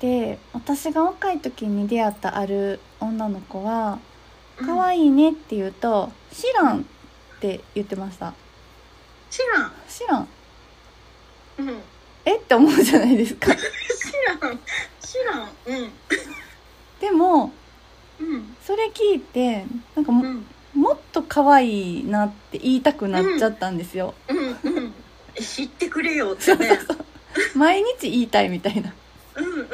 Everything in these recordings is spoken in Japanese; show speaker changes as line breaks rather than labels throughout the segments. で私が若い時に出会ったある女の子は「可
いい。
愛いね」って言うと「知らん」って言ってました
知らん。
「知らん」
うん
えって思うじゃないです か
知らん。知らん。うん
でも
うん
それ聞いてなんかも,、
うん
もっと可愛いなって言いたくなっちゃったんですよ、
うんうん。知ってくれよってね。
毎日言いたいみたいな
うんうんうん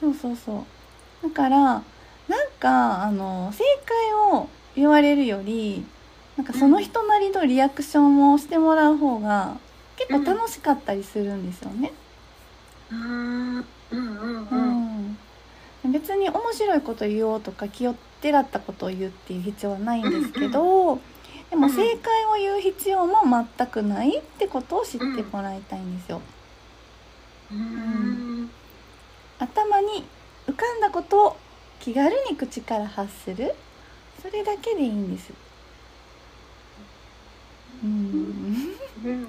そうそうそうだからなんかあの正解を言われるよりなんかその人なりのリアクションをしてもらう方が結構楽しかったりするんですよね。
あーうんうん
う
うん
ん別に面白いこと言おうとか気をてらったことを言うっていう必要はないんですけど、でも正解を言う必要も全くないってことを知ってもらいたいんですよ。
うん
んだことを気軽に口から発するそれだけでいいんですうん
うん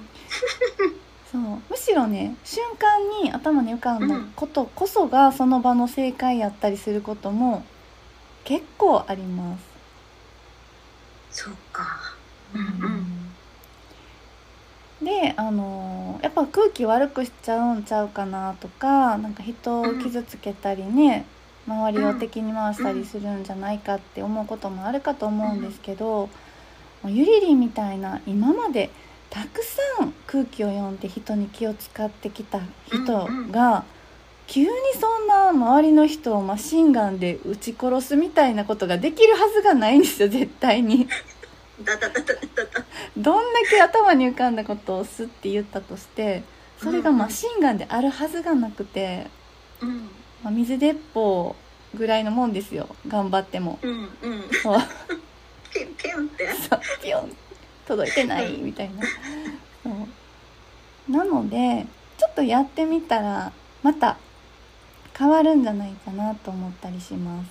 そうむしろね瞬間に頭に浮かんだことこそがその場の正解やったりすることも結構あります
そうかうん
であのーやっぱ空気悪くしちゃうんちゃうかなとかなんか人を傷つけたりね、周りを敵に回したりするんじゃないかって思うこともあるかと思うんですけど、もうゆりりみたいな今までたくさん空気を読んで人に気を使ってきた人が急にそんな周りの人をマシンガンで撃ち殺すみたいなことができるはずがないんですよ絶対に。
だだだだだだ
どんだけ頭に浮かんだことをすって言ったとしてそれがマシンガンであるはずがなくて、
うん
まあ、水鉄砲ぐらいのもんですよ頑張っても
うんうん
そう
ピンピンって
そうピョン届いてないみたいなそうなのでちょっとやってみたらまた変わるんじゃないかなと思ったりします、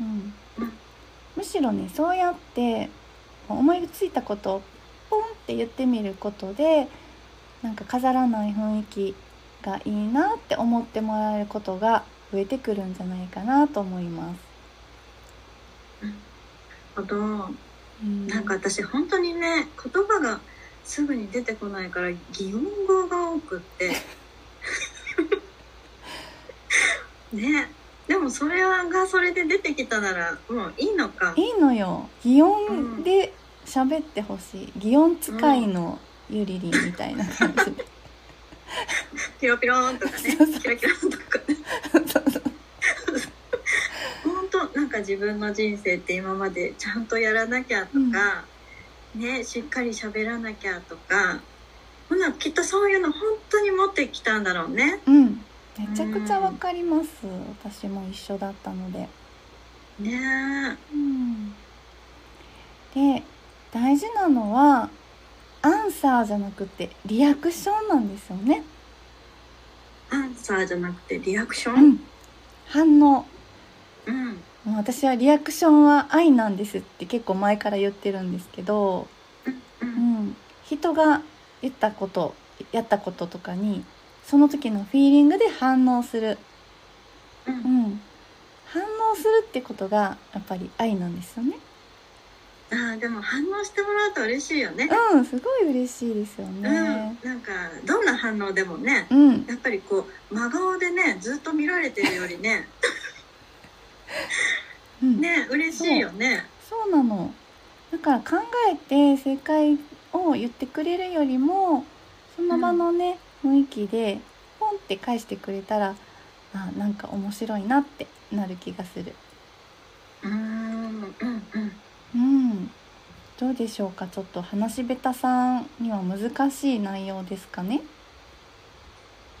うん
うん、
むしろねそうやって思いついたことをポンって言ってみることでなんか飾らない雰囲気がいいなって思ってもらえることが増えてくるんじゃないかなと思います。
あと
うん
なんか私本当にね言葉がすぐに出てこないから擬音語が多くってねでもそれがそれで出てきたならもういいのか
いいのよ擬音で喋ってほしい擬音使いのゆりりんみたいな感じで、
ピロピローンとかね
そうそう
キラキラーンとかね本当なんか自分の人生って今までちゃんとやらなきゃとか、ねしっかり喋らなきゃとかほなきっとそういうの本当に持ってきたんだろうね
うんめちゃくちゃわかります私も一緒だったので、
ね
うん、で大事なのはアンサーじゃなくてリアクションなんですよね、
アンサーじゃなくてリアクショ
う
ン
ん、反応
うん
もう私はリアクションは愛なんですって結構前から言ってるんですけど
う
うんん、人が言ったことやったこととかにその時のフィーリングで反応する、
う
うんん、反応するってことがやっぱり愛なんですよね
あーでも反応してもらうと嬉しいよね
うんすごい嬉しいですよ
うん
ね
なんかどんな反応でもね
うん、
やっぱりこう真顔でねずっと見られてるよりね
うん
ね嬉しいよね
そうなのだから考えて正解を言ってくれるよりもその場のね、雰囲気でポンって返してくれたらあなんか面白いなってなる気がする
うーんうんうん
うん、どうでしょうかちょっと話し下手さんには難しい内容ですかね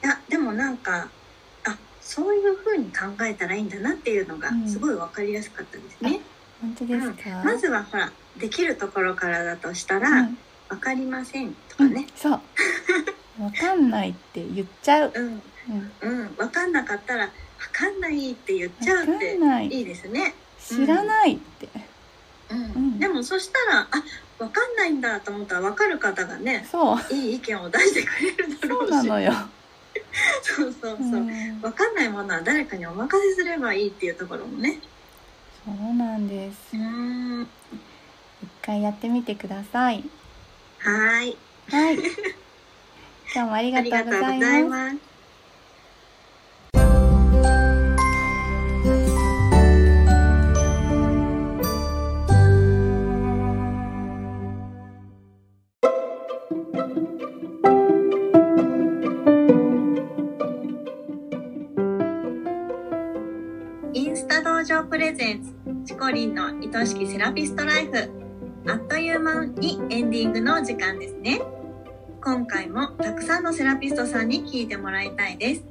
いやでもなんかあそういう風に考えたらいいんだなっていうのが
うん
すごい分かりやすかったですね。
本当ですか、
まずはほらできるところからだとした
う
ら
ん
「分かりません」と
う
か
ん
ね。
そうわかんないって言っちゃう、
うん
うん、
うん、分かんなかったら「分かんない」って言っちゃ
わ
う
か
って
んない
いいですね。
知らないって、
うん
ん
でもそしたら「あ分かんないんだ」と思ったら分かる方がね
そう
いい意見を出してくれるだろ
そうう
し
なのよ、、
そうそうそううん
そ
分かんないものは誰かにお任せすればいいっていうところもね。
うなんです
うんは
一回やってみてください
ーい
はい今日もあり
あ
がと
り
う
が
ご
とうご
ざ
ざ
い
い
ます
ます。インスタ道場プレゼンツチコリンの愛しきセラピストライフあっという間にエンディングのお時間ですね今回もたくさんのセラピストさんに聞いてもらいたいです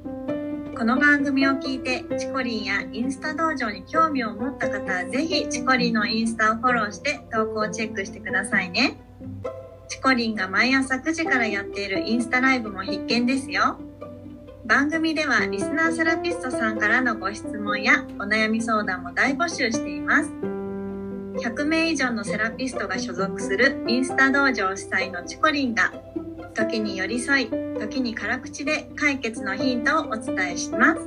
この番組を聞いてチコリンやインスタ道場に興味を持った方はぜひチコリンのインスタをフォローして投稿をチェックしてくださいねチコリンが毎朝9時からやっているインスタライブも必見ですよ番組ではリスナーセラピストさんからのご質問やお悩み相談も大募集しています100名以上のセラピストが所属するインスタ道場主催のチコリンが時に寄り添い時に辛口で解決のヒントをお伝えします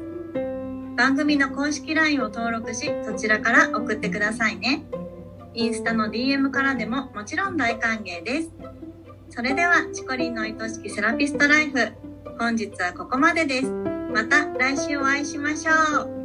番組の公式 LINE を登録しそちらから送ってくださいねインスタの DM からでももちろん大歓迎ですそれではチコリンの愛しきセラピストライフ本日はここまでですまた来週お会いしましょう